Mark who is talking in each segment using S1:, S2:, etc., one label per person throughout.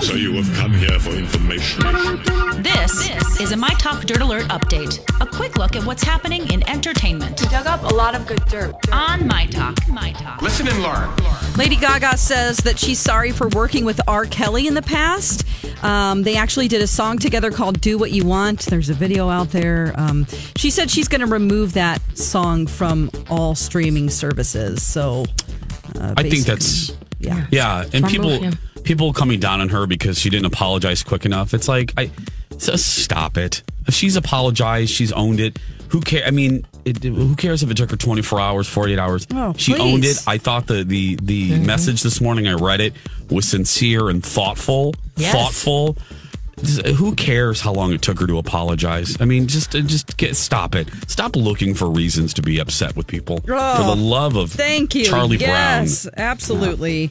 S1: So you have come here for information.
S2: This, is a My Talk Dirt Alert update. A quick look at what's happening in entertainment
S3: We dug up a lot of good dirt.
S2: on My Talk. My Talk.
S1: Listen and learn.
S4: Lady Gaga says that she's sorry for working with R. Kelly in the past. Um, they actually did a song together called Do What You Want. There's a video out there. Um, she said she's going to remove that song from all streaming services. So uh,
S5: I think
S4: basically-
S5: that's
S4: Yeah.
S5: yeah, and people
S3: him.
S5: people coming down on her because she didn't apologize quick enough. It's like I so stop it. If she's apologized, she's owned it. Who care? I mean, it, who cares if it took her twenty four hours, forty eight hours?
S4: Oh,
S5: she
S4: please. Mm-hmm.
S5: owned it. I thought the the the message this morning I read it was sincere and thoughtful.
S4: Yes.
S5: Thoughtful. Just- uh, Who cares how long it took her to apologize? I mean, just uh, just get stop it. Stop looking for reasons to be upset with people. for the love of
S4: Oh, Thank you.
S5: Charlie Brown.
S4: yes, absolutely.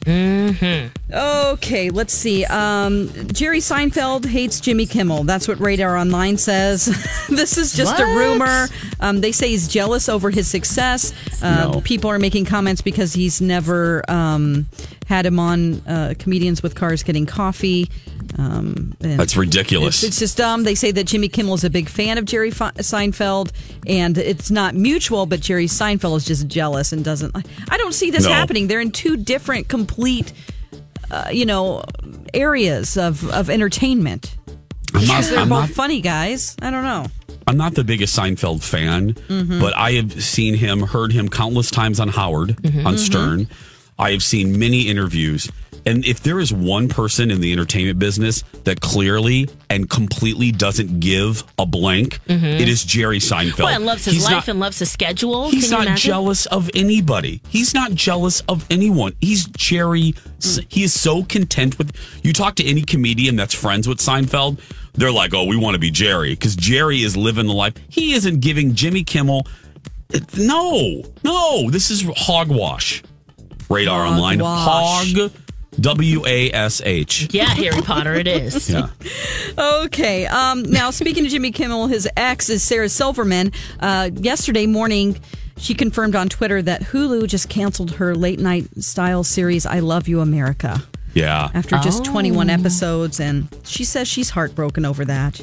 S4: Okay, let's see. Um, Jerry Seinfeld hates Jimmy Kimmel. That's what Radar Online says. this is just a rumor. Um, they say he's jealous over his success. Uh,
S5: No.
S4: People are making comments because he's never um, had him on uh, Comedians with Cars Getting Coffee. Um, and-
S5: That's ridiculous.
S4: it's, it's just dumb. They say that Jimmy Kimmel is a big fan of Jerry Fe- Seinfeld, and it's not mutual. But Jerry Seinfeld is just jealous and doesn't. I don't see this
S5: No.
S4: happening. They're in two different, complete, uh, you know, areas of of entertainment.
S5: I'm not,
S4: Because they're
S5: I'm
S4: both
S5: not-
S4: funny guys. I don't know.
S5: I'm not the biggest Seinfeld fan,
S6: Mm-hmm.
S5: but I have seen him, heard him countless times on Howard,
S6: Mm-hmm.
S5: on Stern. I have seen many interviews. And if there is one person in the entertainment business that clearly and completely doesn't give a blank, it is Jerry Seinfeld.
S6: Mm-hmm. Well, and loves
S5: Oh,
S6: his
S5: He's
S6: life
S5: not-
S6: and loves his schedule.
S5: He's
S6: Can you
S5: not
S6: imagine?
S5: jealous of anybody. He's not jealous of anyone. He's Jerry. S-
S6: Hmm.
S5: He is so content with. You talk to any comedian that's friends with Seinfeld, they're like, "Oh, we want to be Jerry," because Jerry is living the life. He isn't giving Jimmy Kimmel. it- No, no, this is hogwash. Radar online.
S4: Hogwash.
S5: Hog. W a s h.
S6: Yeah, Harry Potter, it is.
S5: Yeah.
S4: Okay. Um, now, speaking of Jimmy Kimmel, his ex is Sarah Silverman. Uh, yesterday morning, she confirmed on Twitter that Hulu just canceled her late night style series, I Love You America,
S5: Yeah.
S4: after just 21 episodes. And she says she's heartbroken over that.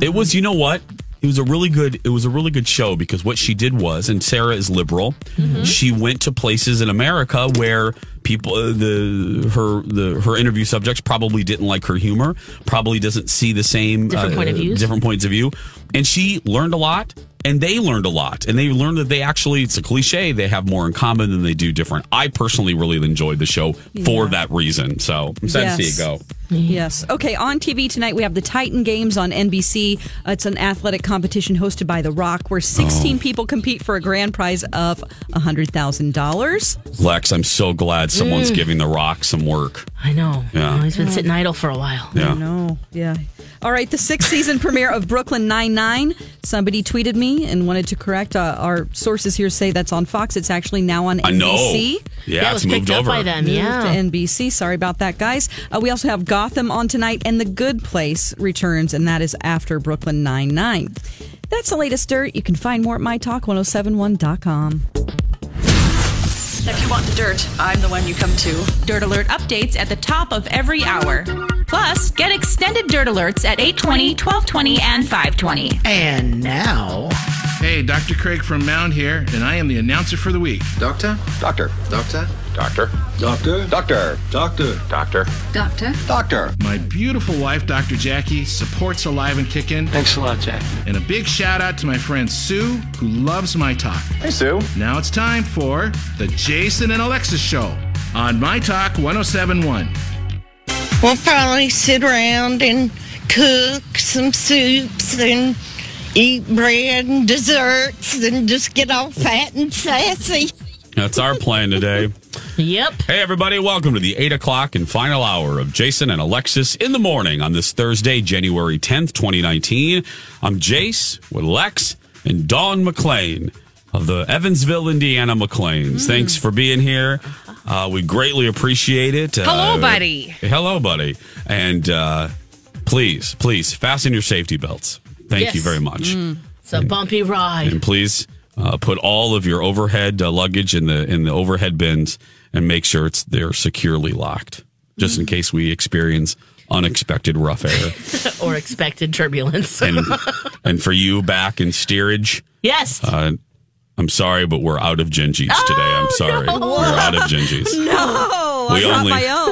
S5: It was, you know what? It was a really good. It was a really good show because what she did was, and Sarah is liberal.
S6: Mm-hmm.
S5: She went to places in America where people, uh, the her the her interview subjects probably didn't like her humor, probably doesn't see the same uh,
S6: Different point of views.
S5: different points of view, and she learned a lot, and they learned a lot, and they learned that they actually it's a cliche they have more in common than they do different. I personally really enjoyed the show for that reason. So I'm sad to see
S4: Yes.
S5: it go.
S4: Yes. Okay. On TV tonight, we have the Titan Games on NBC. Uh, It's an athletic competition hosted by The Rock where 16
S5: Oh.
S4: people compete for a grand prize of $100,000.
S5: Lex, I'm so glad
S6: Mm.
S5: someone's giving The Rock some work.
S6: I know.
S5: Yeah.
S6: Well, he's been sitting idle for a while.
S5: Yeah.
S4: No, yeah. All right, the sixth season premiere of Brooklyn Nine Nine. Somebody tweeted me and wanted to correct. Uh, our sources here say that's on Fox. It's actually now on
S5: I know.
S4: NBC.
S5: Yeah,
S6: yeah, it
S5: it's
S6: was
S5: moved
S6: picked
S5: over.
S6: up by them. Yeah.
S4: Moved to NBC. Sorry about that, guys. Uh, we also have Gotham on tonight, and The Good Place returns, and that is after Brooklyn Nine Nine. That's the latest dirt. You can find more at mytalk1071.com.
S3: If you want the dirt, I'm the one you come to.
S2: Dirt Alert updates at the top of every hour. Plus, get extended Dirt Alerts at 820, 1220, and 520.
S7: And now, Hey, Dr. Craig from Mound here, and I am the announcer for the week.
S8: Doctor? Doctor. Doctor? Doctor. Doctor. Doctor. Doctor. Doctor.
S3: Doctor?
S8: Doctor.
S7: My beautiful wife, Dr. Jackie, supports Alive and Kickin',
S8: Thanks a lot, Jack.
S7: and a big shout out to my friend Sue, who loves my talk.
S8: Hey, Sue.
S7: Now it's time for the Jason and Alexis Show on My Talk 1071.
S9: We'll probably sit around and cook some soups and eat bread and desserts and just get all fat and sassy.
S5: That's our plan today.
S6: Yep.
S5: Hey, everybody, welcome to the eight o'clock and final hour of Jason and Alexis in the morning on this Thursday, January 10th, 2019. I'm Jace with Lex and Dawn McLean of the Evansville, Indiana McLeans.
S6: Mm.
S5: Thanks for being here. Uh, we greatly appreciate it. Hello, buddy. Hello, buddy. And uh, please, please fasten your safety belts. Thank you
S6: Yes. Mm.
S5: very much.
S6: It's a bumpy ride.
S5: And please uh, put all of your overhead uh, luggage in the in the overhead bins and make sure it's they're securely locked, just
S4: Mm-hmm.
S5: in case we experience unexpected rough air.
S6: Or expected turbulence.
S5: and and for you back in steerage,
S6: yes.
S5: uh, I'm sorry, but we're out of Genjis today. I'm sorry, we're out of Genjis.
S4: Oh, No, I
S5: We
S4: brought
S5: only-
S4: my own.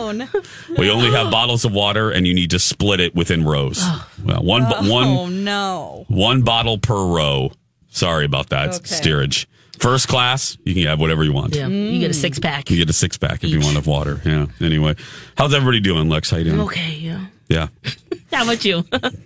S5: We only have bottles of water, and you need to split it within rows. Well, one bo- one
S4: Oh no.
S5: One bottle per row. Sorry about that. It's Steerage. First class, you can have whatever you want.
S6: Yeah, You get a six pack.
S5: You get a six pack if you want of water. Yeah. Anyway, how's everybody doing, Lex? How you doing?
S6: Okay. Yeah.
S5: Yeah.
S6: How about you?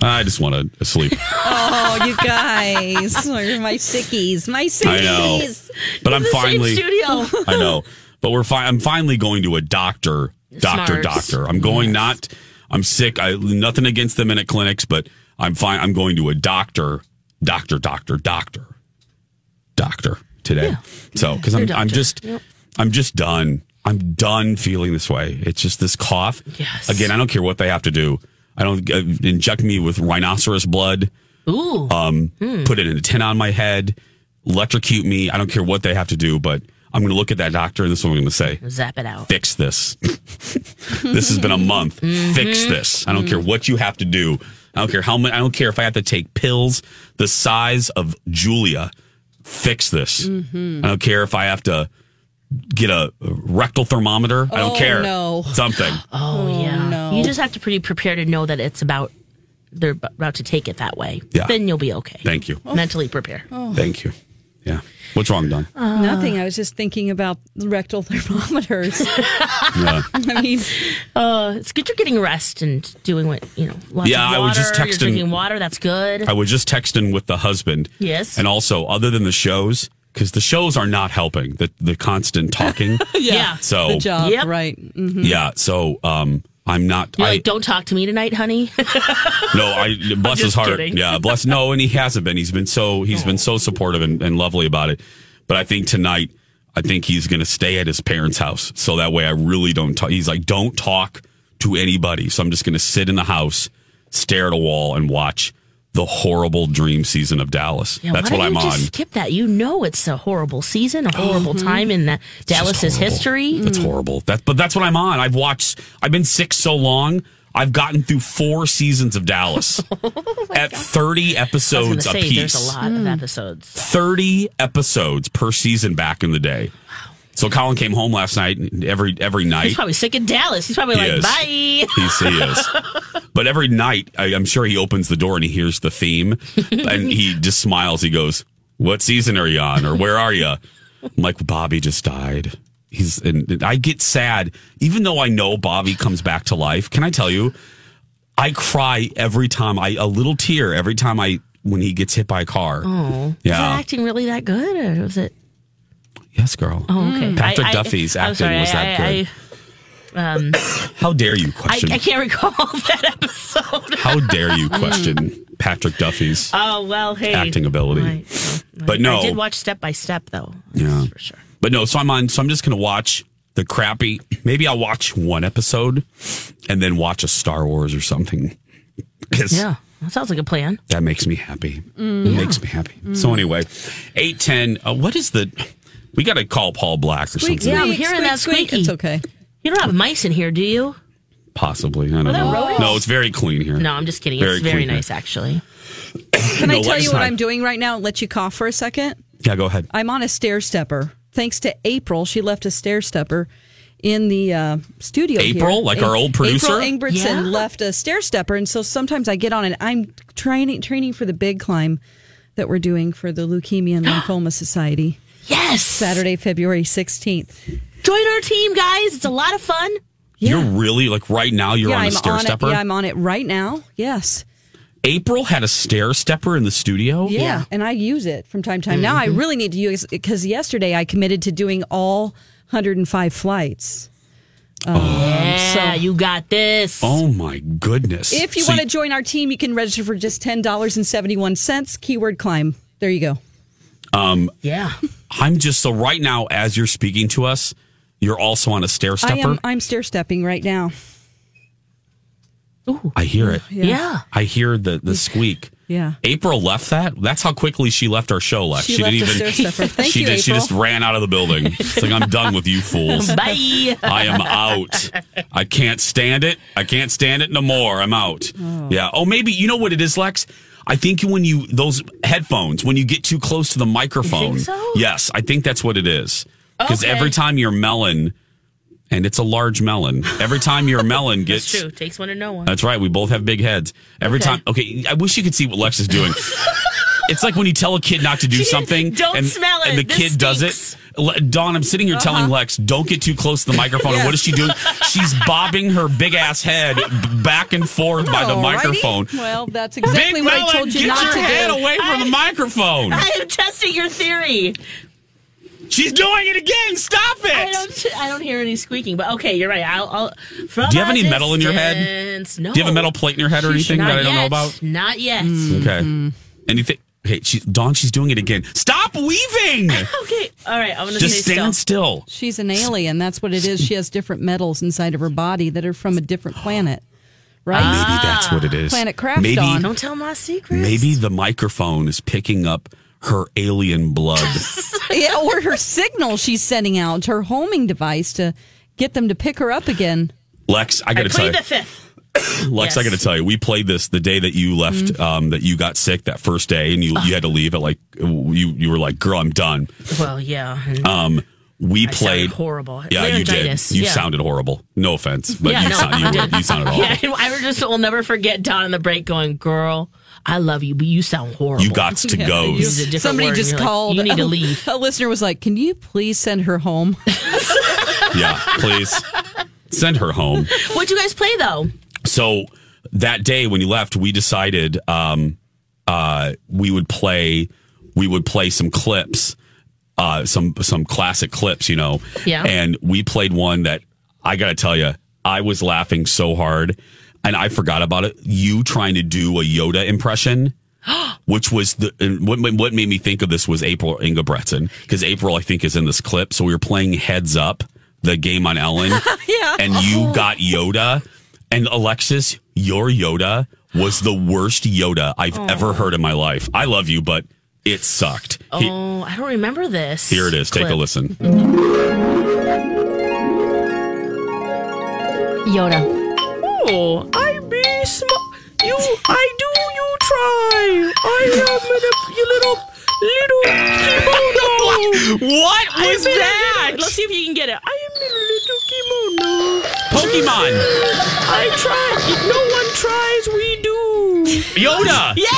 S5: I just want to sleep.
S4: Oh, you guys, You're my sickies, my
S5: I know.
S4: sickies.
S5: But I'm finally.
S6: Same studio.
S5: I know. But we're fine. I'm finally going to a doctor, doctor,
S6: Smart.
S5: doctor. I'm going not. I'm sick. I nothing against the minute clinics, but I'm fine. I'm going to a doctor, doctor, doctor, doctor, doctor today. So because I'm
S6: Your
S5: I'm
S6: doctor.
S5: just I'm just done. I'm done feeling this way. It's just this cough.
S6: Yes.
S5: Again, I don't care what they have to do. I don't uh, inject me with rhinoceros blood Um,
S6: Oow.
S5: put an antenna on my head, electrocute me. I don't care what they have to do, but I'm going to look at that doctor and this is what I'm going to say.
S6: Zap it out.
S5: Fix this. this has been a month.
S4: Mm-hmm.
S5: Fix this. I don't care what you have to do. I don't care how much. I don't care if I have to take pills the size of Julia. Fix this.
S4: Mm-hmm.
S5: I don't care if I have to get a rectal thermometer. I don't
S4: Oh,
S5: care.
S4: no.
S5: Something.
S6: Oh, yeah.
S4: no.
S6: You just have to pretty prepare to know that it's about they're ab- about to take it that way.
S5: Yeah.
S6: Then you'll be okay.
S5: Thank you.
S6: Mentally prepare.
S4: Oh.
S5: Thank you. Yeah. What's wrong, Don?
S4: Uh.
S6: Uh.
S4: Nothing. I was just thinking about rectal thermometers.
S5: Yeah.
S4: I mean,
S6: Uh, it's good you're getting rest and doing what you know. Lots
S5: Yeah,
S6: of
S5: I
S6: water.
S5: was just
S6: You're
S5: texting-
S6: drinking water. That's good.
S5: I was just texting with the husband.
S6: Yes.
S5: And also, other than the shows, because the shows are not helping, the, the constant talking.
S6: yeah.
S5: So,
S4: the job,
S6: Oh. Yep.
S4: right? Mm.
S5: yeah. So, um, I'm not.
S6: Mm-hmm. You're
S5: I
S6: like, don't talk to me tonight, honey.
S5: no. I bless his
S6: just
S5: heart.
S6: kidding.
S5: Yeah, bless. No, and he hasn't been. He's been so he's been so supportive and, and lovely about it. But I think tonight, I think he's going to stay at his parents' house, so that way I really don't talk. He's like, don't talk to anybody. So I'm just going to sit in the house, stare at a wall, and watch the horrible dream season of Dallas.
S6: Yeah,
S5: That's
S6: why
S5: what
S6: don't
S5: I'm
S6: you
S5: on.
S6: just Skip that. You know it's a horrible season, a horrible time in the Dallas's
S5: It's horrible.
S6: history. Mm.
S5: That's horrible. That's but that's what I'm on. I've watched. I've been sick so long. I've gotten through four seasons of Dallas at 30
S6: I was going to
S5: episodes a
S6: say
S5: piece.
S6: there's a lot of episodes.
S5: 30 episodes per season back in the day. So Colin came home last night. and Every every night
S6: He's probably sick of Dallas. He's probably
S5: He
S6: like,
S5: is.
S6: bye.
S5: He's, he is. But every night, I, I'm sure he opens the door and he hears the theme and he just smiles. He goes, What season are you on? Or where are you? I'm like, Bobby just died. He's, and and I get sad, even though I know Bobby comes back to life. Can I tell you? I cry every time I, a little tear every time I, when he gets hit by a car. Oh.
S6: Is that
S5: Yeah.
S6: acting really that good, or was it?
S5: yes, girl. Oh,
S6: okay.
S5: Patrick
S6: I- I-
S5: Duffy's
S6: I'm
S5: acting
S6: sorry,
S5: was that
S6: I- I-
S5: good. How dare you
S6: I,
S5: question?
S6: I can't recall that episode.
S5: How dare you question Patrick Duffy's?
S6: Oh well, hey,
S5: Acting ability.
S6: so,
S5: But
S6: I-
S5: no.
S6: I did watch Step by Step though.
S5: Yeah.
S6: That's for sure.
S5: But no, so I'm on. So I'm just gonna watch the crappy. Maybe I'll watch one episode and then watch a Star Wars or something. 'Cause
S6: Yeah, that sounds like a plan.
S5: that makes me happy. It makes me happy. So anyway, eight ten. Uh, what is the? We got to call Paul Black or something.
S6: yeah, I'm hearing that
S4: squeak.
S6: squeaky.
S4: It's okay.
S6: You don't have mice in here, do you?
S5: Possibly. I don't
S6: that road
S5: know.
S6: is-
S5: No, it's very clean here.
S6: No, I'm just kidding.
S5: Very
S6: it's very
S5: clean here.
S6: nice, actually.
S4: Can
S5: No,
S4: I tell
S5: last
S4: you what
S5: time-
S4: I'm doing right now? and Let you cough for a second.
S5: Yeah, go ahead.
S4: I'm on a stair stepper. Thanks to April, she left a stair stepper in the uh, studio. here.
S5: April? Like our old producer?
S4: April Ingridson
S5: Yeah.
S4: left a stair stepper, and so sometimes I get on it. I'm training training for the big climb that we're doing for the Leukemia and Lymphoma Society.
S6: Yes,
S4: Saturday, February 16th.
S6: Join our team, guys. It's a lot of fun.
S5: You're really like right now. You're
S4: yeah,
S5: on a
S4: I'm
S5: stair
S4: on
S5: stepper.
S4: It, yeah, I'm on it right now. Yes.
S5: April had a stair stepper in the studio.
S4: Yeah. And I use it from time to time. Now I
S6: Mhm.
S4: really need to use it because yesterday I committed to doing all 105 flights. Um,
S6: Yeah, you got this.
S5: Oh my goodness!
S4: so if you
S5: So
S4: want to join our team, you can register for just $10.71. Keyword climb. There you go.
S5: um,
S6: Yeah.
S5: I'm just so right now as you're speaking to us, you're also on a stair
S4: I
S5: stepper.
S4: am, uh, I'm stair stepping right now.
S5: I, hear it.
S4: Yeah. Yeah.
S5: I hear the the squeak.
S4: Yeah.
S5: April left that. That's how quickly she left our show. Last
S4: She left a stair stepper. Thank
S5: she
S4: you,
S5: did. She
S4: April.
S5: just ran out of the building. It's like I'm done with you fools.
S6: Bye.
S5: I am out. I can't stand it. I can't stand it no more. I'm out. Yeah. Oh, maybe you know what it is, Lex. I think when you those headphones, when you get too close to the microphone,
S6: so?
S5: yes, I think that's what it is. Because
S6: Okay.
S5: every time your melon, and it's a large melon, every time your melon
S6: That's
S5: gets
S6: true. Takes one to know one.
S5: that's right. We both have big heads. Every
S6: Okay.
S5: time. Okay. I wish you could see what Lex is doing. it's like when you tell a kid not to do something.
S6: Don't
S5: and,
S6: smell it.
S5: And the
S6: This
S5: kid does
S6: stinks. Uh-huh.
S5: it. Le- Dawn, I'm sitting here telling Lex, don't get too close to the microphone. And what is she doing? She's bobbing her big ass head b- back and forth by the
S4: Alrighty.
S5: microphone.
S4: Well, that's exactly
S5: big
S4: what
S5: Melon,
S4: I told you
S5: get
S4: not
S5: your
S4: to
S5: head
S4: do.
S5: away from the microphone.
S6: I am testing your theory.
S5: She's doing it again. Stop it.
S6: I don't. I don't hear any squeaking. But okay, you're right. I'll. I'll from
S5: Do you have
S6: a
S5: any metal in your head?
S6: distance- No.
S5: Do you have a metal plate in your head or anything
S6: Not
S5: that I don't know
S6: yet. Mm-hmm.
S5: about? Hmm.
S6: Not yet.
S5: Okay. Anything? Hey, she, Dawn, she's doing it again. Stop weaving.
S6: Okay. All right. I'm gonna
S5: Just
S6: stay still.
S5: stand still.
S4: She's an alien. That's what it is. She has different metals inside of her body that are from a different planet, right?
S5: Maybe
S6: Ah.
S5: that's what it is.
S4: Planet Craft
S5: Maybe
S4: Dawn.
S6: Don't tell my secret.
S5: maybe the microphone is picking up her alien blood. Ah.
S4: yeah, or her signal she's sending out, her homing device to get them to pick her up again.
S5: Lex, I
S6: I
S5: got to tell
S6: plead
S5: you.
S6: the fifth.
S5: Lex, I
S6: Yes. Mm.
S5: got to tell you. We played this the day that you left um that you got sick that first day and you you had to leave at like you you were like, "Girl, I'm done."
S6: Well, yeah. and
S5: Um we
S6: I sounded
S5: played
S6: horrible.
S5: Yeah, you did.
S6: Laryngitis,
S5: You
S6: yeah.
S5: sounded horrible. No offense, but
S6: Yeah,
S5: you,
S6: no,
S5: sound, you,
S6: I
S5: were,
S6: did.
S5: you sounded horrible.
S6: Yeah, I I just will never forget Don in the break going, "Girl, I love you, but you sound horrible."
S5: You got to
S4: Yeah,
S5: go.
S4: you-
S6: Use a different
S4: Somebody
S6: word,
S4: just
S6: and you're like,
S4: called.
S6: "You need to
S4: A-
S6: leave."
S4: A listener was like, "Can you please send her home?"
S6: Oh,
S5: Yeah, please send her home.
S6: What'd you guys play though?
S5: so that day when you left, we decided um, uh, we would play we would play some clips, uh, some some classic clips, you know.
S6: Yeah.
S5: And we played one that I got to tell you, I was laughing so hard, and I forgot about it. You trying to do a Yoda impression. Which was the and what ma- what made me think of this was April Ingebretson because April I think is in this clip. So we were playing Heads Up, the game on Ellen,
S4: Yeah.
S5: and
S6: Oh.
S5: you got Yoda. And Alexis, your Yoda was the worst Yoda I've ever heard in my life. I love you, but it sucked. He-
S6: Oh, I don't remember this.
S5: here it is. Take a
S6: clip.
S5: listen.
S6: Yoda.
S10: Oh, I be smart. You, I do. You try. I am a li- you little little kimono.
S5: What was
S10: I'm a
S5: that?
S10: little-
S6: Let's see if you can get it.
S10: I am a little kimono.
S5: Pokemon.
S10: I try. If no one tries, we do.
S5: Yoda.
S6: Yeah.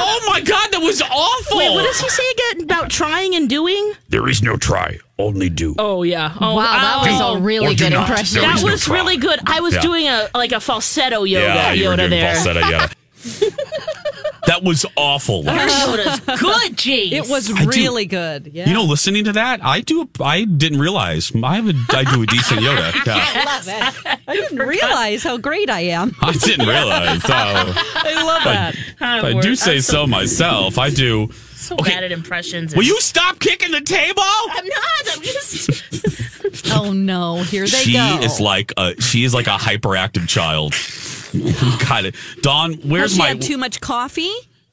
S5: Oh my God, that was awful.
S6: Wait, what does he say again about trying and doing?
S5: there is no try, only do.
S10: Oh yeah. Oh,
S6: wow, that was a
S5: Or
S6: really
S5: do good not. impression. There
S6: That
S5: is no
S6: was
S5: try.
S6: really good. I was
S5: Yeah.
S6: doing a like a falsetto yoga
S5: yeah, you were
S6: Yoda
S5: doing
S6: there.
S5: falsetto Yoda. that was awful.
S6: Your Yoda's good, jeez.
S4: It was
S5: I do-
S4: really good. Yeah,
S5: You know, listening to that, I do. I didn't realize I have a, I do a decent Yoda. Yeah.
S4: I didn't realize how great I am.
S5: I didn't realize. So.
S4: I love that.
S6: I'm
S5: I
S6: wor-
S5: do say
S6: I'm
S5: so, myself. I do.
S6: So bad at impressions.
S5: Will you stop kicking the table?
S6: I'm not. I'm just.
S4: oh no, here they
S5: She
S4: go.
S5: is like a she is like a hyperactive child. Got it, Dawn.
S4: Has
S5: Where's
S4: she
S5: my
S4: had too much coffee?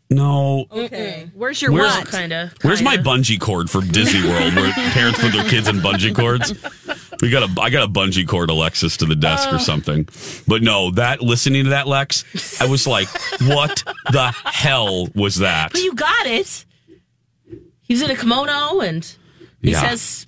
S5: no?
S4: Okay, where's your
S5: Where's-
S4: what?
S6: Kind of.
S5: Where's my bungee cord for Disney World, where parents put their kids in bungee cords? We got a I got a bungee cord Alexis to the desk
S6: Oh.
S5: or something. But no, that listening to that Lex, I was like, what the hell was that?
S6: But you got it. He's in a kimono and he
S5: Yeah.
S6: says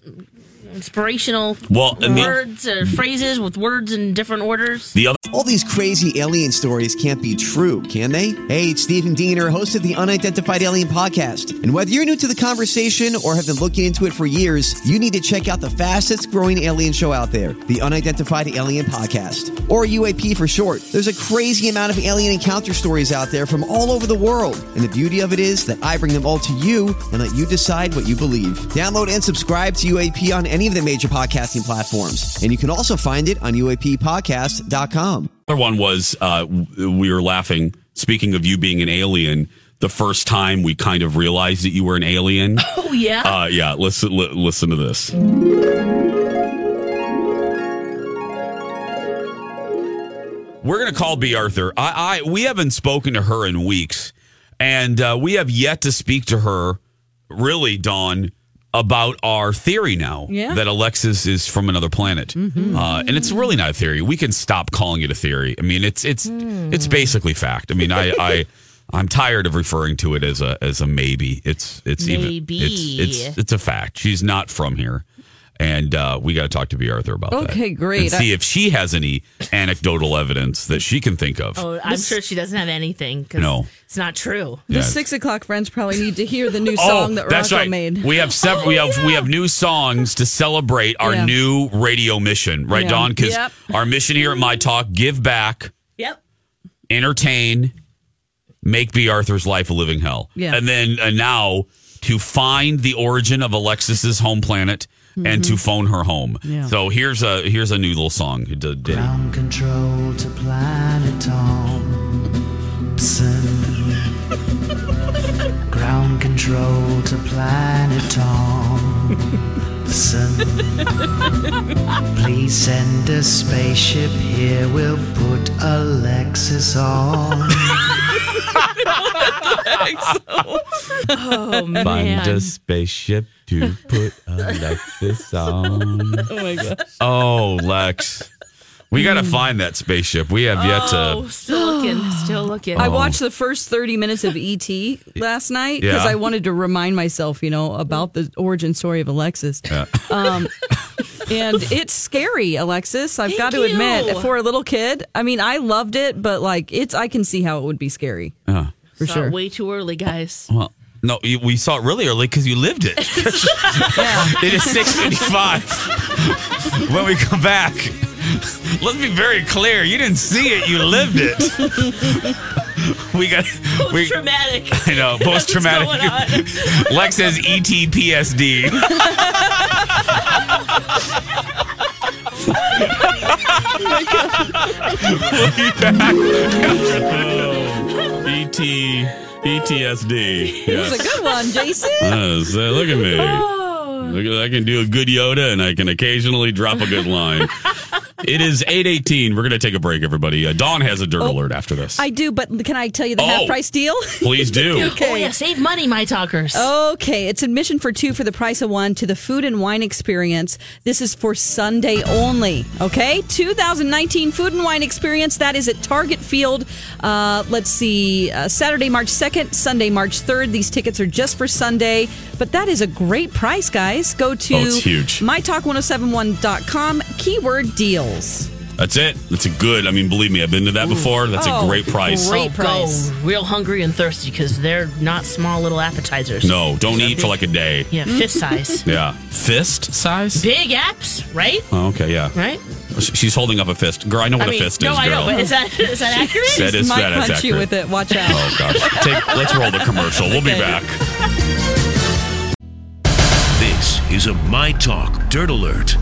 S6: inspirational
S5: Well, and the-
S6: words or phrases with words in different orders.
S5: The other
S11: All these crazy alien stories can't be true, can they? Hey, it's Stephen Diener, host of the Unidentified Alien Podcast. And whether you're new to the conversation or have been looking into it for years, you need to check out the fastest growing alien show out there, the Unidentified Alien Podcast, or UAP for short. There's a crazy amount of alien encounter stories out there from all over the world. And the beauty of it is that I bring them all to you and let you decide what you believe. Download and subscribe to UAP on any of the major podcasting platforms. And you can also find it on UAPpodcast.com.
S5: one was uh, we were laughing. Speaking of you being an alien, the first time we kind of realized that you were an alien.
S6: Oh yeah.
S5: Uh, yeah, listen, li- listen to this. We're gonna call B. Arthur. I, I, we haven't spoken to her in weeks, and uh, we have yet to speak to her. Really, Dawn, about our theory now
S12: Yeah.
S5: that Alexis is from another planet, uh, and it's really not a theory. We can stop calling it a theory. I mean, it's it's it's basically fact. I mean, I. I I'm tired of referring to it as a as a maybe. It's it's
S6: Maybe.
S5: even it's, it's it's a fact. She's not from here, and uh, we got to talk to B. Arthur about that.
S4: Okay, great.
S5: And see if she has any anecdotal evidence that she can think of.
S6: Oh, I'm sure she doesn't have anything because
S5: No.
S6: it's not true.
S5: Yeah.
S4: The six o'clock friends probably need to hear the new song that
S5: Oh, that's
S4: Rocco
S5: right.
S4: made. Oh,
S5: We have several. we have we have new songs to celebrate our
S4: Yeah.
S5: new radio mission, right,
S4: Yeah.
S5: Don? Because
S4: Yep.
S5: our mission here at My Talk: give back,
S6: Yep.
S5: entertain, make B. Arthur's life a living hell.
S6: Yeah.
S5: And then uh, now to find the origin of Alexis's home planet and
S13: Mhm.
S4: Mm-hmm.
S5: to phone her home.
S13: Yeah.
S5: So here's a here's a new little song. It did- did-
S13: Ground control to Planet Thompson. Ground control to Planet Thompson. Please send a spaceship here. We'll put Alexis on.
S6: oh
S5: Find a
S6: man.
S5: spaceship to put Alexis on.
S6: Oh my gosh. Mm.
S5: Oh, Lex. We got to find that spaceship. We have yet
S6: Oh,
S5: to.
S6: still looking, still looking.
S5: Um, Oh,
S4: I watched the first 30 minutes of ET last night because
S5: Yeah.
S4: I wanted to remind myself, you know, about the origin story of Alexis.
S5: Yeah.
S4: Um, and it's scary, Alexis. I've got to
S6: Thank
S4: admit,
S6: you.
S4: for a little kid, I mean, I loved it, but like, it's, I can see how it would be scary.
S5: Yeah.
S4: For
S6: Saw it
S4: sure.
S6: Way too early, guys.
S5: Well, no, you, we saw it really early because you lived it. It is 6.55. when we come back, let's be very clear. You didn't see it. You lived it. We got... we,
S6: Traumatic.
S5: I know, post-traumatic. Lex has E ETPSD. ET, ETSD.
S4: It was a good one, Jason.
S5: Yes, uh, look at me.
S4: Oh.
S5: Look at, I can do a good Yoda, and I can occasionally drop a good line. it is eight eighteen. We're gonna take a break, everybody. Uh, Dawn has a dirt alert after this.
S4: Oh. I do, but can I tell you the
S5: Oh.
S4: half price deal?
S5: Please do.
S6: Oh yeah, save money, my talkers.
S4: Oh, Okay, it's admission for two for the price of one to the food and wine experience. This is for Sunday only. Okay, 2019 food and wine experience. That is at Target Field. Uh, let's see, uh, Saturday, March 2nd, Sunday, March 3rd. These tickets are just for Sunday, but that is a great price, guys. Go to
S5: Oh, it's huge.
S4: mytalk1071.com, keyword deals.
S5: That's it. That's a good. I mean, believe me, I've been to that before. That's
S6: Oh,
S5: a great price.
S6: Great price. Go real hungry and thirsty because they're not small little appetizers.
S5: No, don't eat for like a day.
S6: Yeah, fist size.
S5: Yeah, fist size.
S6: Big apps, right?
S5: Oh, okay, yeah.
S6: Right?
S5: She's holding up a fist. Girl, I know what
S6: I mean,
S5: a fist
S6: no,
S5: is.
S6: I
S5: girl.
S6: know, but is that is that accurate?
S5: That is-
S4: Might
S5: that is
S4: punch you
S5: accurate.
S4: with it. Watch out.
S5: Oh gosh. Take, let's roll the commercial. We'll be back.
S14: This is a My Talk Dirt Alert.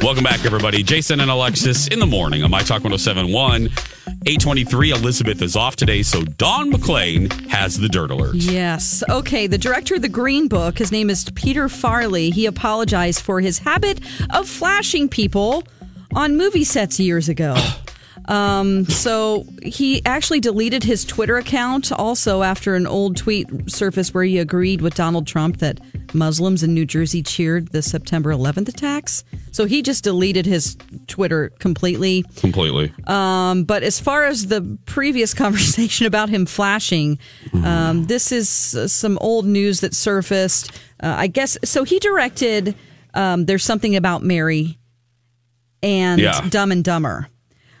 S5: Welcome back, everybody. Jason and Alexis in the morning on My Talk 1071. 823 Elizabeth is off today, so Don McLean has the dirt alert.
S4: Yes. Okay. The director of the Green Book, his name is Peter Farley. He apologized for his habit of flashing people on movie sets years ago. Um, so he actually deleted his Twitter account also after an old tweet surfaced where he agreed with Donald Trump that Muslims in New Jersey cheered the September 11th attacks. So he just deleted his Twitter completely.
S5: Completely.
S4: Um, but as far as the previous conversation about him flashing, um, this is uh, some old news that surfaced. Uh, I guess so. He directed um, "There's Something About Mary" and
S5: Yeah.
S4: "Dumb and Dumber."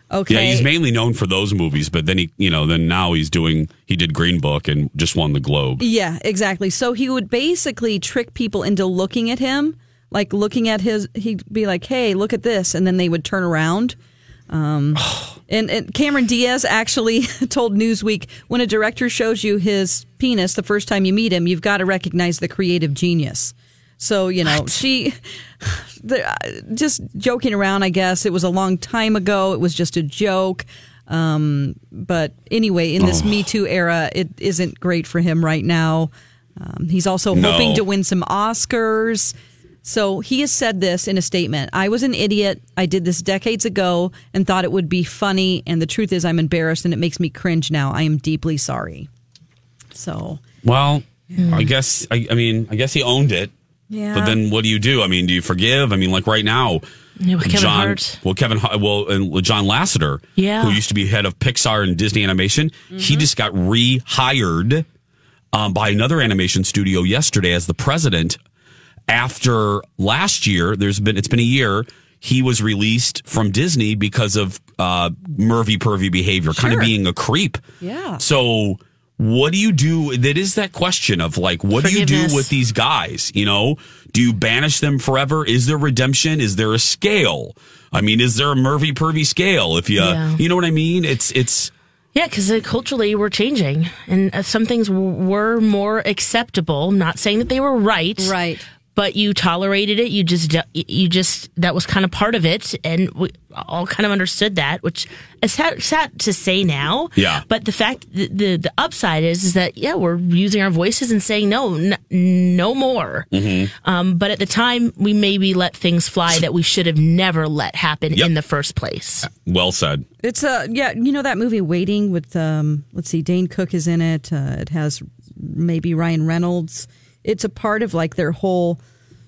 S4: Okay,
S5: Yeah, he's mainly known for those movies, but then he, you know, then now he's doing. He did Green Book and just won the Globe.
S4: Yeah, exactly. So he would basically trick people into looking at him, like looking at his. He'd be like, "Hey, look at this," and then they would turn around. Um, and, and Cameron Diaz actually told Newsweek, "When a director shows you his penis the first time you meet him, you've got to recognize the creative genius." So you know she, the, uh, just joking around. I guess it was a long time ago. It was just a joke. Um, but anyway, in this
S5: Oh.
S4: Me Too era, it isn't great for him right now. Um, he's also
S5: No.
S4: hoping to win some Oscars. So he has said this in a statement I was an idiot. I did this decades ago and thought it would be funny. And the truth is, I'm embarrassed and it makes me cringe now. I am deeply sorry. So,
S5: Well, I guess. I, I mean, I guess he owned it.
S4: Yeah.
S5: But then, what do you do? I mean, do you forgive? I mean, like right now,
S6: Yeah, with Kevin
S5: John.
S6: Hart.
S5: Well, Kevin. Hart- Well, and with John Lasseter,
S6: Yeah. Mm-hmm.
S5: who used to be head of Pixar and Disney Animation, he just got rehired um, by another animation studio yesterday as the president. After last year, there's been it's been a year. He was released from Disney because of uh, mervy pervy behavior, kind of being a creep.
S4: yeah.
S5: So what do you do? That is that question of like, what do you do
S4: Forgiveness.
S5: with these guys? You know, do you banish them forever? Is there redemption? Is there a scale? I mean, is there a Murphy Pervy scale? If you,
S6: Yeah.
S5: you know what I mean? It's, it's,
S6: Yeah, because culturally we're changing, and uh, some things w- were more acceptable. Not saying that they were right,
S4: right?
S6: But you tolerated it. You just, de- you just that was kind of part of it, and we all kind of understood that, which is sad, sad to say now.
S5: Yeah.
S6: But the fact, the, the the upside is, is that yeah, we're using our voices and saying no, n- no more. Um, but at the time, we maybe let things fly that we should have never let happen in the first place.
S5: well said.
S4: It's a yeah, you know that movie Waiting with um let's see Dane Cook is in it. Uh, it has maybe Ryan Reynolds. It's a part of like their whole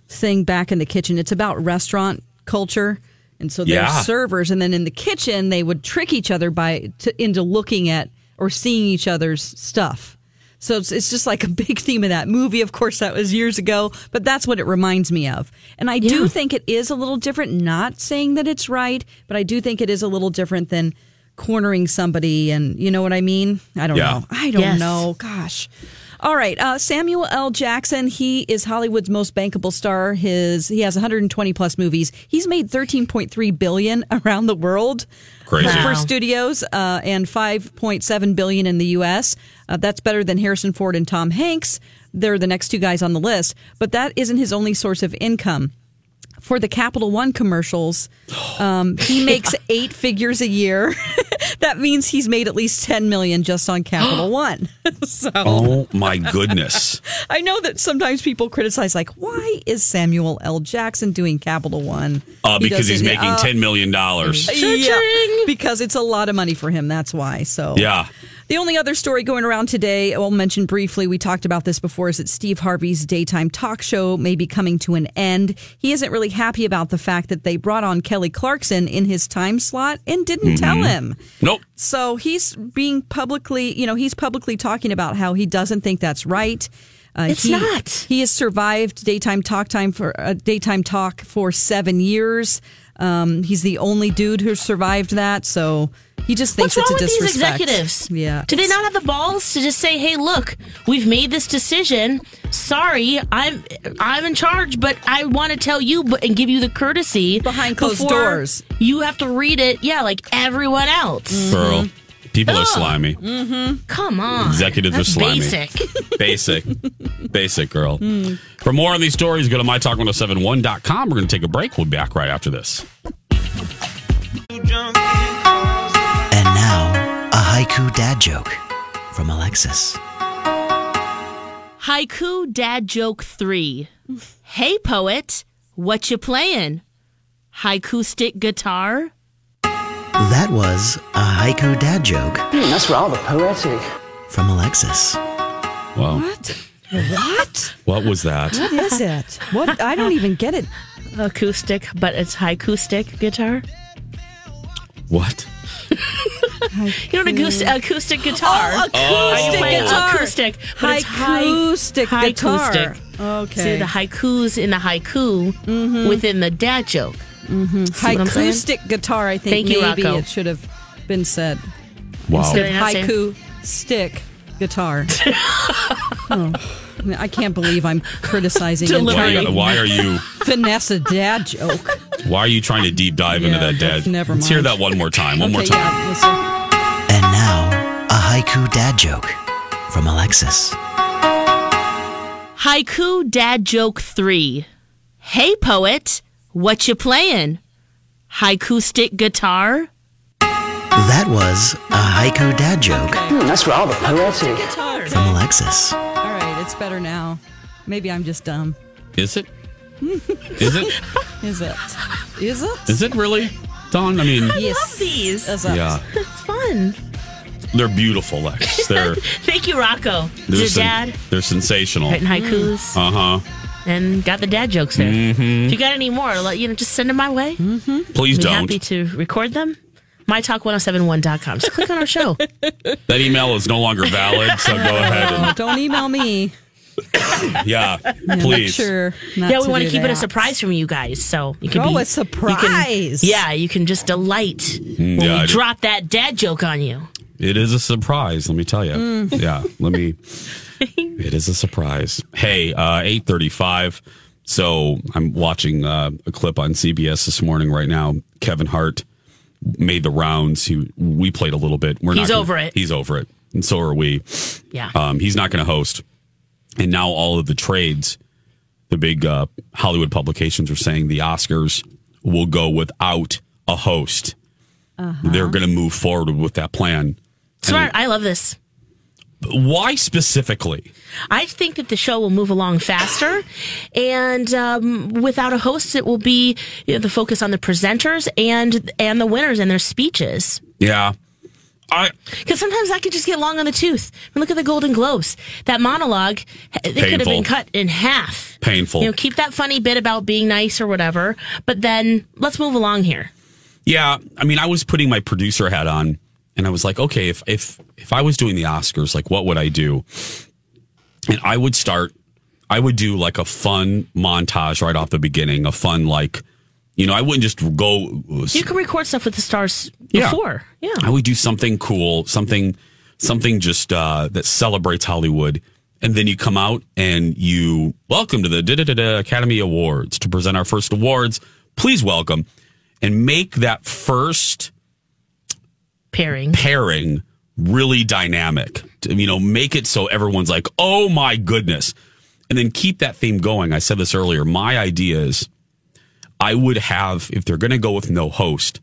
S4: thing back in the kitchen. It's about restaurant culture. And so they're
S12: Yeah.
S4: servers and then in the kitchen they would trick each other by to, into looking at or seeing each other's stuff. So it's, it's just like a big theme of that movie. Of course, that was years ago, but that's what it reminds me of. And I do think it is a little different, not saying that it's right, but I do think it is a little different than cornering somebody. And you know what I mean? I don't
S12: Yeah.
S4: know. I don't
S12: Yes.
S4: know. Gosh. All right. Uh, Samuel L. Jackson, he is Hollywood's most bankable star. His He has 120 plus movies. He's made 13.3 billion around the world
S12: Crazy. Wow.
S4: for studios uh, and 5.7 billion in the U.S. Uh, that's better than Harrison Ford and Tom Hanks. They're the next two guys on the list, but that isn't his only source of income. For the Capital One commercials, um, he makes eight figures a year. that means he's made at least ten million just on Capital One. so,
S5: Oh my goodness.
S4: I know that sometimes people criticize, like, why is Samuel L. Jackson doing Capital One?
S5: Uh,
S4: He
S5: because he's
S4: doesn't-
S5: making
S4: uh,
S5: $10 million.
S4: Mm. yeah, because it's a lot of money for him. That's why. So
S5: Yeah.
S4: The only other story going around today, I'll mention briefly, we talked about this before, is that Steve Harvey's daytime talk show may be coming to an end. He isn't really happy about the fact that they brought on Kelly Clarkson in his time slot and didn't tell
S12: Mhm.
S4: him.
S5: Nope.
S4: So he's being publicly, you know, he's publicly talking about how he doesn't think that's right. Uh,
S6: It's
S4: he,
S6: not.
S4: He has survived daytime talk time for uh, daytime talk for seven years. Um, he's the only dude who survived that, so he just thinks
S6: What's wrong
S4: it's a
S6: with these
S4: disrespect.
S6: executives?
S4: Yeah,
S6: Do they not have the balls to just say, "Hey, look, we've made this decision. Sorry, I'm I'm in charge, but I want to tell you but, and give you the courtesy behind
S4: closed doors.
S6: You have to read it, yeah, like everyone else.
S5: Girl, people are slimy.
S6: Mm-hmm. Come on,
S5: Executives
S6: That's
S5: are slimy.
S6: Basic. Hmm.
S5: Basic. Basic, girl. For more on these stories, go to mytalk1071.com. We're going to take a break. We'll be back right after this.
S13: And now, a haiku dad joke from Alexis.
S6: Haiku Dad Joke 3. Hey poet, what you playing? Haiku stick guitar?
S13: That was a haiku dad joke
S12: that's rather poetic.
S13: from Alexis.
S5: Wow.
S4: What?
S5: What was that?
S4: What is it? What? I don't even get it.
S6: Acoustic, but it's acoustic guitar.
S5: What?
S6: You know, an acoustic, acoustic guitar.
S4: Hmm. Oh, acoustic
S6: you play
S4: guitar.
S6: Acoustic, but it's high-
S4: Acoustic
S6: high
S4: guitar.
S6: acoustic.
S4: Okay.
S6: See the haikus in the haiku within the dad joke.
S4: Mm-hmm.
S6: See what I'm saying?
S4: Acoustic guitar. I think
S6: Thank you,
S4: maybe
S6: Rocco.
S4: it should have been said.
S5: Wow.
S4: Instead of
S5: Did I not say-
S4: haiku stick guitar. oh, I can't believe I'm criticizing. and
S5: Why,
S4: trying to
S5: why are you?
S4: finesse a dad joke?
S5: Why are you trying to deep dive into that, Dad?
S4: never
S5: Let's hear that one more time. One more
S4: Okay,
S5: time.
S4: yeah, listen.
S13: A haiku dad joke from Alexis.
S6: Haiku dad joke three. Hey poet, what you playing? Haiku stick guitar.
S13: That was a haiku dad joke
S12: Hmm, that's rather poetic.
S13: from Alexis.
S4: All right, it's better now. Maybe I'm just dumb.
S5: Is it? Is it?
S4: Is it? Is it?
S5: Is it really? Don, I mean,
S6: Love these.
S4: Is it?
S5: yeah,
S6: It's fun.
S5: they're beautiful, Lex. They're,
S6: Thank you, Rocco.
S5: they're,
S6: Your
S5: sen-
S6: dad
S5: they're sensational.
S6: writing haikus
S5: Uh huh.
S4: Mm-hmm.
S6: and got the dad jokes there. If
S5: hmm
S6: you got any more, let you know, just send them my way. Mm-hmm.
S5: Please
S6: Be
S5: don't.
S6: Happy to record them. MyTalk1071.com. Just click on our show.
S5: That email is no longer valid, so go
S4: Oh,
S5: ahead
S4: don't email me.
S5: and yeah,
S4: Yeah, Make
S5: please.
S4: sure. Not
S6: yeah, we
S4: to
S6: want
S4: do
S6: to keep it a
S4: that.
S6: surprise from you guys, so you can
S4: Oh,
S6: be
S4: a surprise.
S6: You can, yeah, you can just delight when
S5: yeah,
S6: we
S5: I do.
S6: drop that dad joke on you.
S5: It is a surprise, let me tell you.
S4: Mm.
S5: Yeah, let me. It is a surprise. Hey, uh, eight thirty-five. So I'm watching uh, a clip on CBS this morning right now. Kevin Hart made the rounds. He we played a little bit. We're
S6: He's
S5: not gonna-
S6: over it.
S5: He's over it, and so are we.
S6: Yeah.
S5: Um, he's not going to host. And now all of the trades, the big uh, Hollywood publications are saying the Oscars will go without a host.
S6: Uh-huh.
S5: They're going to move forward with that plan.
S6: Smart. I love this.
S5: Why specifically?
S6: I think that the show will move along faster, and um, without a host, it will be you know, the focus on the presenters and and the winners and their speeches.
S5: Yeah. I
S6: Because sometimes that could just get long on the tooth. I mean, look at the Golden Globes. That monologue, it could have
S5: Painful.
S6: been cut in half.
S5: painful.
S6: You know, keep that funny bit about being nice or whatever, but then let's move along here.
S5: Yeah, I mean, I was putting my producer hat on, and I was like, okay, if if if I was doing the Oscars, like, what would I do? And I would start. I would do like a fun montage right off the beginning, a fun like, you know, I wouldn't just go.
S6: You can record stuff with the stars
S5: Yeah.
S6: before. Yeah.
S5: I would do something cool, something something just uh, that celebrates Hollywood. And then you come out and you welcome to the da-da-da-da Academy Awards to present our first awards. Please welcome and make that first
S6: Pairing.
S5: pairing really dynamic. To, You know, make it so everyone's like, oh my goodness. And then keep that theme going. I said this earlier. My idea is I would have, if they're going to go with no host,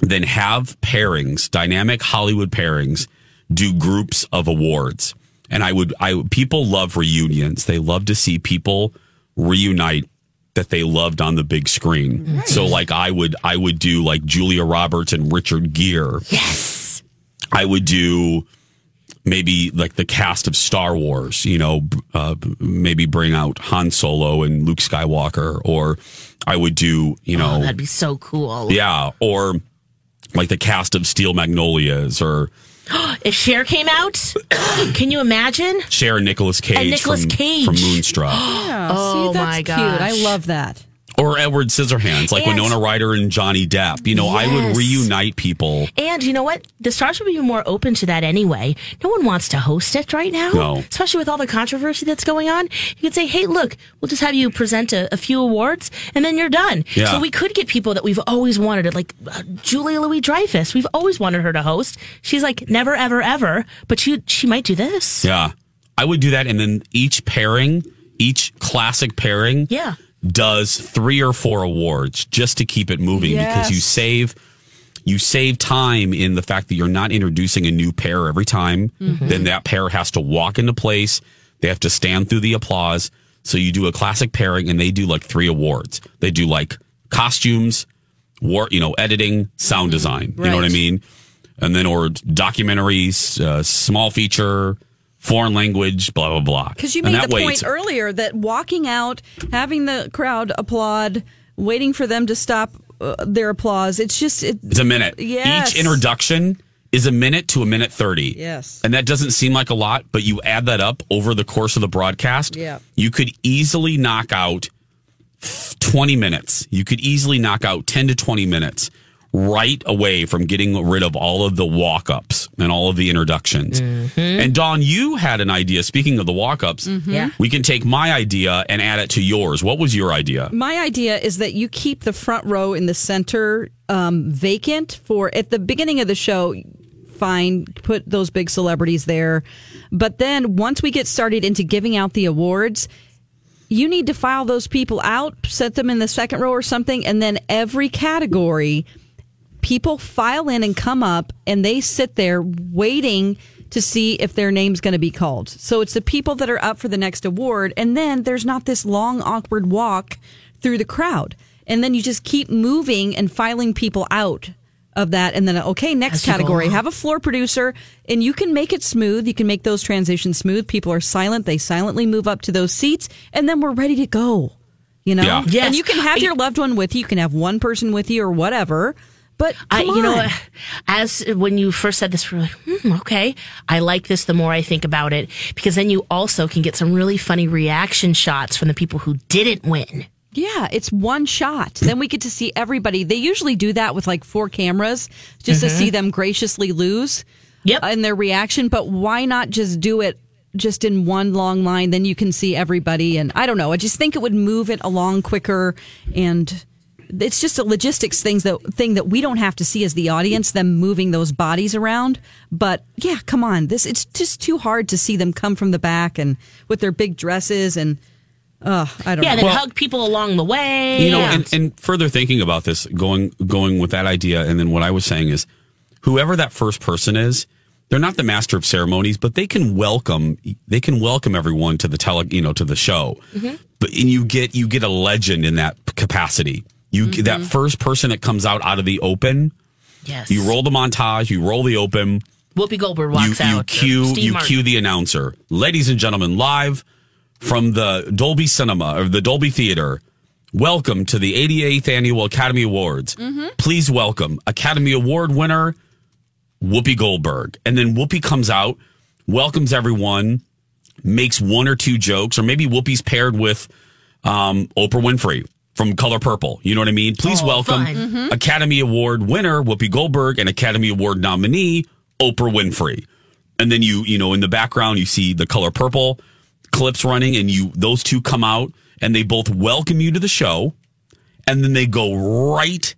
S5: then have pairings, dynamic Hollywood pairings, do groups of awards. And I would, I, people love reunions. They love to see people reunite that they loved on the big screen. So like I would, I would do like Julia Roberts and Richard Gere.
S6: Yes.
S5: I would do maybe like the cast of Star Wars, you know, b- uh, b- maybe bring out Han Solo and Luke Skywalker, or I would do, you know,
S6: Oh, that'd be so cool.
S5: yeah, or like the cast of Steel Magnolias or
S6: If Cher came out, can you imagine?
S5: Sharon Nicholas Cage,
S6: Nicolas
S5: from,
S6: Cage.
S5: from Moonstruck,
S4: Yeah,
S6: Oh,
S4: see, that's
S6: my
S4: cute. I
S6: gosh.
S4: love that.
S5: or Edward Scissorhands, like
S6: And-
S5: Winona Ryder and Johnny Depp. You know, I would
S6: Yes.
S5: reunite people.
S6: And you know what? The stars would be more open to that anyway. No one wants to host it right now,
S5: No.
S6: especially with all the controversy that's going on. You could say, "Hey, look, we'll just have you present a, a few awards, and then you're done."
S5: Yeah.
S6: So we could get people that we've always wanted, it, like uh, Julia Louis Dreyfus. We've always wanted her to host. She's like never, ever, ever, but she she might do this.
S5: Yeah. I would do that. And then each pairing, each classic pairing
S6: Yeah.
S5: does three or four awards just to keep it moving because you
S6: Yes.
S5: save you save time in the fact that you're not introducing a new pair every time.
S4: Mm-hmm.
S5: Then that pair has to walk into place. They have to stand through the applause. So you do a classic pairing and they do like three awards. They do like costumes, war, you know, editing,
S4: Mm-hmm.
S5: sound design. You know what I
S15: Right.
S5: mean? And then or documentaries, uh, small feature, foreign language, blah blah blah.
S4: Because you
S5: And
S4: made
S5: that
S4: the
S5: way
S4: point
S5: it's-
S4: earlier that walking out, having the crowd applaud, waiting for them to stop uh, their applause, it's just. It,
S5: It's a minute.
S4: Yes.
S5: Each introduction is a minute to a minute 30.
S4: Yes.
S5: And that doesn't seem like a lot, but you add that up over the course of the broadcast,
S4: Yeah.
S5: you could easily knock out 20 minutes. You could easily knock out 10 to 20 minutes right away from getting rid of all of the walk ups and all of the introductions. And Don, you had an idea. Speaking of the walk ups,
S4: Mhm. Mm-hmm. Yeah.
S5: we can take my idea and add it to yours. What was your idea?
S4: My idea is that you keep the front row in the center um, vacant for at the beginning of the show. Fine, put those big celebrities there. But then once we get started into giving out the awards, you need to file those people out, set them in the second row or something, and then every category, people file in and come up and they sit there waiting to see if their name's going to be called. So it's the people that are up for the next award, and then there's not this long, awkward walk through the crowd. And then you just keep moving and filing people out of that and then okay next
S6: As you go
S4: category
S6: along.
S4: have a floor producer and you can make it smooth you can make those transitions smooth people are silent they silently move up to those seats and then we're ready to go you know
S6: Yeah. Yes.
S4: and you can have your loved one with you you can have one person with you or whatever but
S6: I,
S4: come
S6: you know,
S4: on.
S6: what? as when you first said this, we we're like, hmm, okay, I like this the more I think about it, because then you also can get some really funny reaction shots from the people who didn't win.
S4: Yeah, it's one shot. Then we get to see everybody. They usually do that with like four cameras just to
S6: Mhm.
S4: see them graciously lose
S6: yep.
S4: and their reaction. But why not just do it just in one long line? Then you can see everybody. And I don't know. I just think it would move it along quicker. And it's just a logistics things that thing that we don't have to see as the audience, them moving those bodies around. But yeah, come on. This it's just too hard to see them come from the back and with their big dresses and uh, I don't
S6: Yeah,
S4: know.
S6: then hug people along the way.
S5: you know and, and further thinking about this going going with that idea and then what i was saying is whoever that first person is they're not the master of ceremonies but they can welcome they can welcome everyone to the tele you know to the show but and you get you get a legend in that capacity you get that first person that comes out out of the open
S6: yes.
S5: you roll the montage you roll the open
S6: Whoopi Goldberg walks
S5: you, you
S6: out.
S5: cue
S6: Steve
S5: you
S6: Martin.
S5: cue the announcer, ladies and gentlemen, live from the Dolby Cinema or the Dolby Theater. Welcome to the 88th Annual Academy Awards.
S6: Mm-hmm.
S5: Please welcome Academy Award winner Whoopi Goldberg. And then Whoopi comes out, welcomes everyone, makes one or two jokes, or maybe Whoopi's paired with um, Oprah Winfrey from Color Purple. You know what I mean? Please
S16: Oh,
S5: welcome
S16: fun. Mhm.
S5: Academy Award winner Whoopi Goldberg and Academy Award nominee Oprah Winfrey. And then you, you know, in the background, you see the Color Purple clips running, and you those two come out and they both welcome you to the show, and then they go right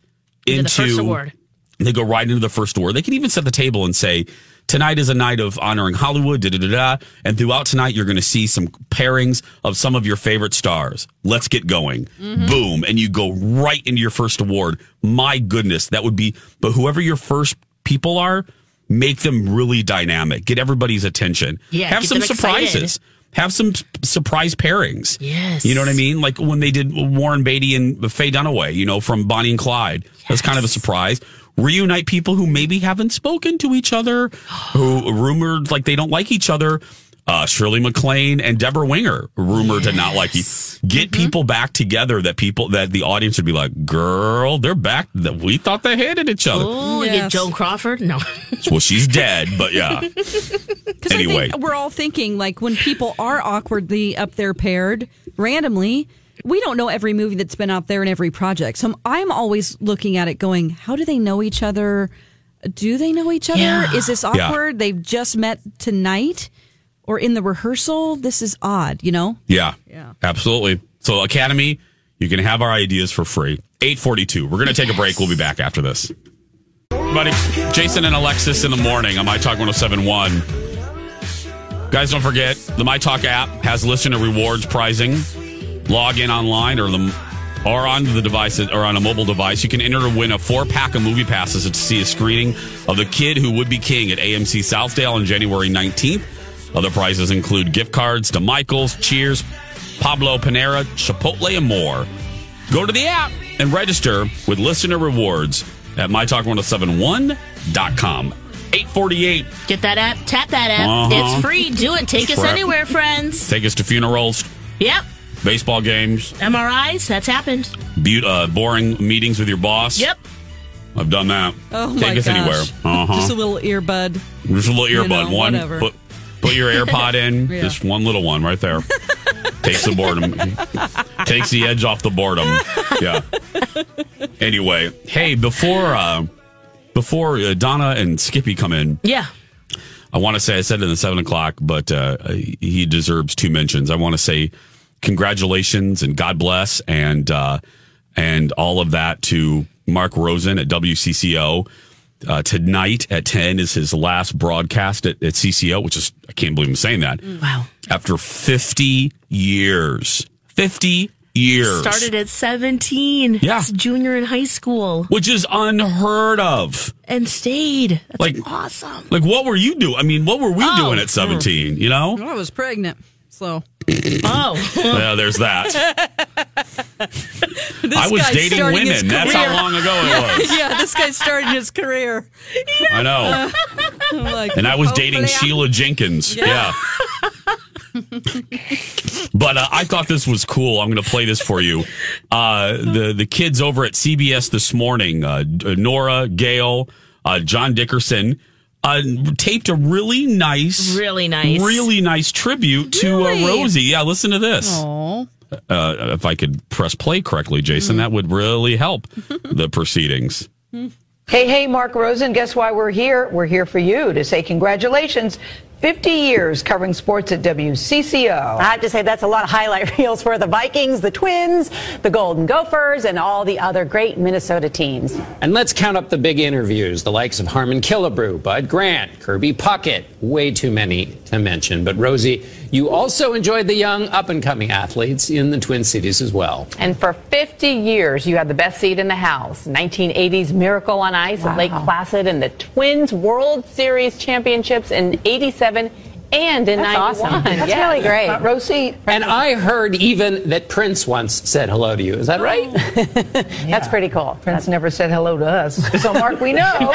S5: into,
S6: Into the first award.
S5: They go right into the first award. They can even set the table and say, "Tonight is a night of honoring Hollywood." Da da da da. And throughout tonight, you're going to see some pairings of some of your favorite stars. Let's get going.
S6: Mm-hmm.
S5: Boom, and you go right into your first award. My goodness, that would be. But whoever your first people are, make them really dynamic. Get everybody's attention.
S16: Yeah,
S5: have
S16: get
S5: some
S16: them excited.
S5: surprises. Have some s- surprise pairings.
S16: Yes.
S5: You know what I mean? Like when they did Warren Beatty and Faye Dunaway, you know, from Bonnie and Clyde. That's kind of a surprise. Reunite people who maybe haven't spoken to each other, who rumored like they don't like each other. Uh, Shirley MacLaine and Deborah Winger rumored to not like you. Get people back together that people that the audience would be like, girl, they're back. That we thought they hated each other.
S6: Ooh, we Oh, get Joan Crawford. No.
S5: Well, she's dead, but yeah. Anyway,
S4: we're all thinking like when people are awkwardly up there paired randomly we don't know every movie that's been out there and every project so i'm always looking at it going how do they know each other do they know each other
S6: Yeah.
S4: is this
S5: Yeah.
S4: awkward they've just met tonight or in the rehearsal this is odd you know
S5: Yeah. Yeah. Absolutely. So Academy, you can have our ideas for free. 842. We're going to take a break. We'll be back after this. Buddy, Jason and Alexis in the morning on My Talk 1071. Guys, don't forget the My Talk app has listener rewards pricing. Log in online or the or on the device or on a mobile device, you can enter to win a four pack of movie passes to see a screening of The Kid Who Would Be King at AMC Southdale on January 19th. Other prizes include gift cards to Michaels, Cheers, Pablo Panera, Chipotle, and more. Go to the app and register with listener rewards at mytalk1071.com. 848.
S6: Get that app. Tap that app.
S5: Uh-huh.
S6: It's free. Do it. Take us
S5: Crap.
S6: anywhere, friends.
S5: Take us to funerals,
S6: Yep.
S5: baseball games,
S6: MRIs. That's happened.
S5: but- uh, boring meetings with your boss.
S6: Yep.
S5: I've done that.
S4: Oh
S5: Take
S4: my
S5: us
S4: gosh.
S5: anywhere. Uh-huh.
S4: Just a little earbud.
S5: Just a little
S4: You
S5: earbud.
S4: know,
S5: one.
S4: whatever.
S5: Put, put your AirPod in.
S4: Yeah.
S5: Just one little one right there. Takes the boredom. Takes the edge off the boredom. Yeah. Anyway, hey, before uh, before uh, Donna and Skippy come in,
S6: Yeah.
S5: I want to say I said it in the seven o'clock, but uh, he deserves two mentions. I want to say congratulations and God bless and uh, and all of that to Mark Rosen at WCCO. Uh, tonight at 10 is his last broadcast at, at CCO, which is, I can't believe I'm saying that.
S6: Wow.
S5: After 50 years, 50 years,
S6: Started at 17.
S5: Yeah.
S6: It's junior in high school
S5: which is unheard of.
S6: and stayed. That's
S5: Like,
S6: awesome.
S5: like what were you doing? I mean, what were we
S4: Oh.
S5: doing at 17? You know?
S4: I was pregnant. So
S6: Oh.
S5: Yeah, there's that.
S4: This
S5: I was
S4: guy's
S5: dating
S4: starting
S5: women.
S4: his
S5: That's how
S4: career.
S5: long ago it was.
S4: yeah, this guy's starting his career. Oh
S5: I know.
S4: I'm like,
S5: And I was
S4: hopefully
S5: dating
S4: I'm-
S5: Sheila Jenkins.
S4: Yeah.
S5: Yeah. but uh, I thought this was cool. I'm going to play this for you. Uh, the the kids over at CBS this morning, uh, D- Nora, Gail, uh, John Dickerson, uh, taped a really nice,
S6: Really nice.
S5: really nice tribute to
S6: Really?
S5: uh, Rosie. Yeah, listen to this.
S4: Oh.
S5: Uh, if I could press play correctly, Jason, that would really help the proceedings.
S15: Hey, hey, Mark Rosen, guess why we're here? We're here for you to say congratulations. 50 years covering sports at WCCO. I have to say that's a lot of highlight reels for the Vikings, the Twins, the Golden Gophers, and all the other great Minnesota teams.
S12: And let's count up the big interviews, the likes of Harmon Killebrew, Bud Grant, Kirby Puckett, way too many to mention. But Rosie, you also enjoyed the young up and coming athletes in the Twin Cities as well.
S16: And for 50 years, you had the best seat in the house. 1980s Miracle on Ice at Lake Placid and the Twins World Series Championships in 87 and in
S15: That's
S16: 91.
S15: awesome. That's
S16: Yeah.
S15: really great.
S16: Uh, Rosie,
S12: And I heard even that Prince once said hello to you. Is
S16: Oh.
S12: that right?
S15: That's pretty cool. Prince never said hello to us. So, Mark, we know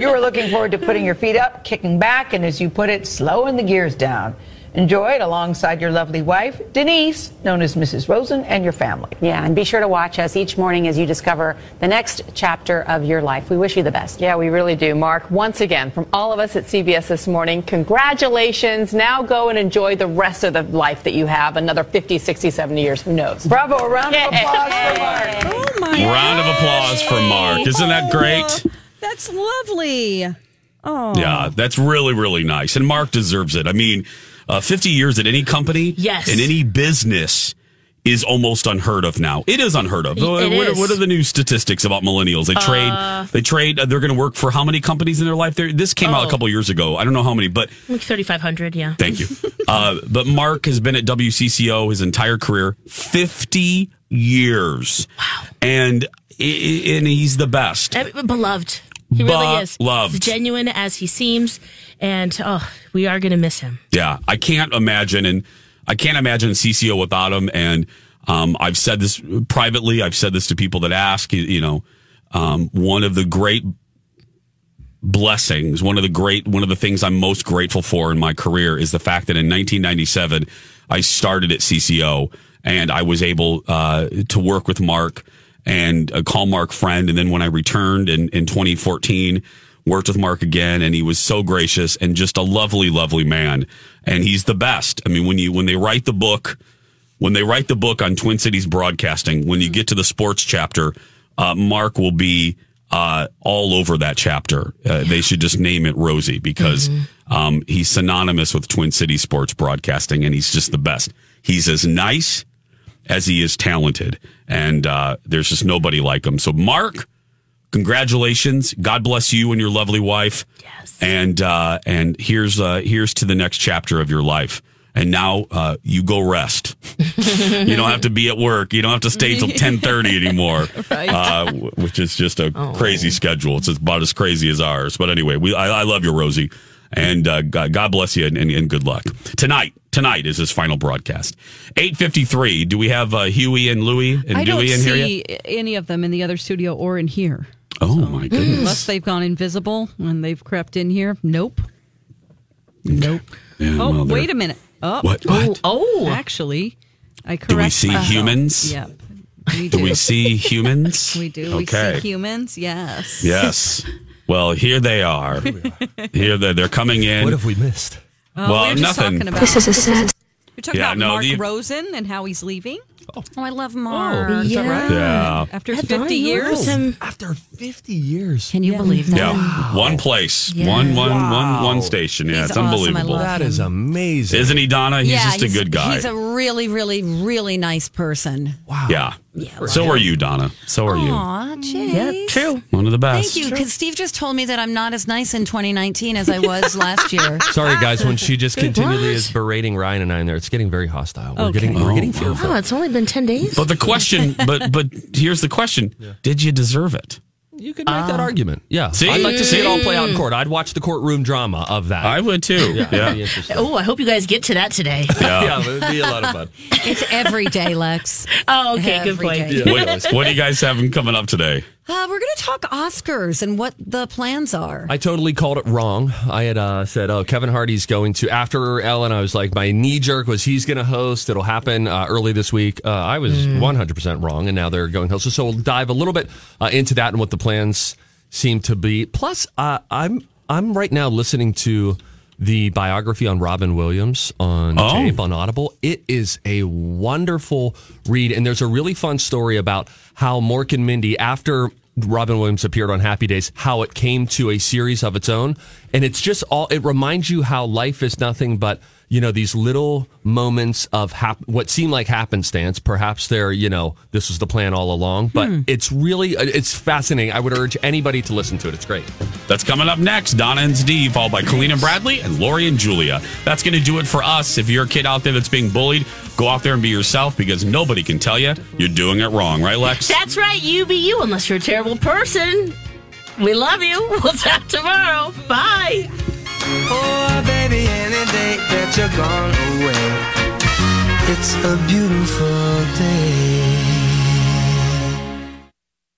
S15: you were looking forward to putting your feet up, kicking back, and as you put it, slowing the gears down. Enjoy it alongside your lovely wife, Denise, known as Mrs. Rosen, and your family.
S16: Yeah, and be sure to watch us each morning as you discover the next chapter of your life. We wish you the best.
S15: Yeah, we really do, Mark.
S16: Once again, from all of us at CBS this morning, congratulations. Now go and enjoy the rest of the life that you have another 50, 60, 70 years. Who knows?
S15: Bravo, a round of applause for Mark.
S5: Round of applause for Mark. Isn't that great?
S4: That's lovely. Oh.
S5: Yeah, that's really, really nice. And Mark deserves it. I mean, uh, 50 years at any company,
S6: Yes.
S5: in any business is almost unheard of now. It is unheard of.
S6: It
S5: what, what-
S6: is.
S5: what are the new statistics about millennials? They trade,
S6: Uh,
S5: they trade, uh, they're going to work for how many companies in their life? They're, this came out
S6: Oh.
S5: a couple years ago. I don't know how many, but
S6: Like 3,500, yeah.
S5: Thank you. Uh, but Mark has been at WCCO his entire career, 50 years. Wow. And, i- i- and he's the best.
S6: Every- Beloved. He really is.
S5: Beloved.
S6: As genuine as he seems. And, oh, we are going to miss him.
S5: Yeah, I can't imagine, and I can't imagine CCO without him. And um, I've said this privately. I've said this to people that ask. You, you know, um, one of the great blessings, one of the great, one of the things I'm most grateful for in my career is the fact that in 1997 I started at CCO and I was able uh, to work with Mark and uh, call Mark friend. And then when I returned in, in 2014, worked with Mark again, and he was so gracious and just a lovely, lovely man. And he's the best. I mean, when you when they write the book when they write the book on Twin Cities Broadcasting, when you get to the sports chapter, uh, Mark will be uh, all over that chapter. Uh, they should just name it Rosie because um, he's synonymous with Twin Cities sports broadcasting, and he's just the best. He's as nice as he is talented, and uh, there's just nobody like him. So, Mark, congratulations! God bless you and your lovely wife. Yes. And uh, and here's uh, here's to the next chapter of your life. And now uh, you go rest. you don't have to be at work. You don't have to stay till ten thirty anymore,
S6: Right.
S5: uh, w- which is just a
S4: Oh.
S5: crazy schedule. It's about as crazy as ours. But anyway, we I, I love you, Rosie, and uh, God, God bless you and, and, and good luck tonight. Tonight is his final broadcast. 8.53. Do we have uh, Huey and Louie and
S4: I don't
S5: Dewey in here yet?
S4: see any of them in the other studio or in here.
S5: Oh,
S4: Hmm.
S5: my goodness.
S4: Unless they've gone invisible and they've crept in here. Nope.
S5: Nope.
S4: oh, wait a minute. Oh,
S5: What,
S4: Oh,
S5: what?
S4: oh, actually, I correct.
S5: Do we see
S4: myself.
S5: humans?
S4: Yep.
S5: We do. we see humans?
S4: We do.
S5: Okay.
S4: We see humans. Yes.
S5: Yes. Well, here they are. Here they they're coming in. What have we missed?
S4: Uh,
S5: well,
S4: we were just
S5: nothing.
S4: talking about- You're talking
S5: Yeah,
S4: about
S5: no,
S4: Mark
S5: the-
S4: Rosen and how he's leaving. Oh,
S17: I love
S4: Mark.
S17: Yeah.
S5: Yeah.
S4: After
S17: At
S4: 50
S17: Donnie
S4: years.
S17: Wilson.
S4: After
S17: 50 years. Can you believe that?
S5: Yeah. One place.
S17: Yeah.
S5: One one one one
S17: Wow.
S5: station. Yeah,
S17: He's
S5: it's
S17: awesome. I
S5: unbelievable.
S17: love That is him.
S5: amazing. Isn't he, Donna? He's
S17: Yeah,
S5: just a good guy.
S17: He's a really, really, really nice person. Wow.
S5: yeah. So are you, Donna. So are you.
S17: Aw, Jay.
S5: True. One of the best.
S17: Thank you, because Steve just told me that I'm not as nice in 2019 as I was last year.
S18: Sorry, guys. When she just continually
S17: What?
S18: is berating Ryan and I in there, it's getting very hostile. We're
S17: Okay.
S18: getting we're
S17: Oh,
S18: getting
S17: wow.
S18: fearful.
S6: Oh, it's only been 10 days.
S5: But the question, but but here's the question: Did you deserve it?
S18: You could make that argument. Uh, Yeah,
S5: See?
S18: I'd like to see it all play out in
S6: Mm.
S18: court. I'd watch the courtroom drama of that. I
S5: would too.
S18: Yeah,
S5: Yeah.
S18: It'd be interesting.
S6: Oh, I hope you guys get to that today.
S18: Yeah. yeah, it would be a lot of fun.
S17: It's every day, Lex.
S6: Oh, okay, good
S17: Every
S6: point.
S17: day.
S5: Wait, what do you guys have coming up today?
S17: Uh, we're going to talk Oscars and what the plans are.
S18: I totally called it wrong. I had uh, said, "Oh, Kevin Hardy's going to." After Ellen, I was like, my knee jerk was he's going to host. It'll happen uh, early this week. Uh, I was one hundred percent wrong, and now they're going host. So, so we'll dive a little bit uh, into that and what the plans seem to be. Plus, uh, I'm I'm right now listening to the biography on Robin Williams on
S5: Oh.
S18: tape on Audible. It is a wonderful read, and there's a really fun story about how Mork and Mindy, after Robin Williams appeared on Happy Days, how it came to a series of its own, and it's just all. It reminds you how life is nothing but you know these little moments of hap- what seem like happenstance. Perhaps they're you know this was the plan all along, but it's really it's fascinating. I would urge anybody to listen to it. It's great.
S5: That's coming up next. Donna and Steve, followed by Colleen and Bradley and Lori and Julia. That's going to do it for us. If you're a kid out there that's being bullied, go out there and be yourself because nobody can tell you you're doing it wrong, right, Lex?
S6: That's right, you be you, unless you're a terrible person. We love you. We'll talk tomorrow. Bye.
S19: Oh, baby, any day that you're gone away, it's a beautiful day.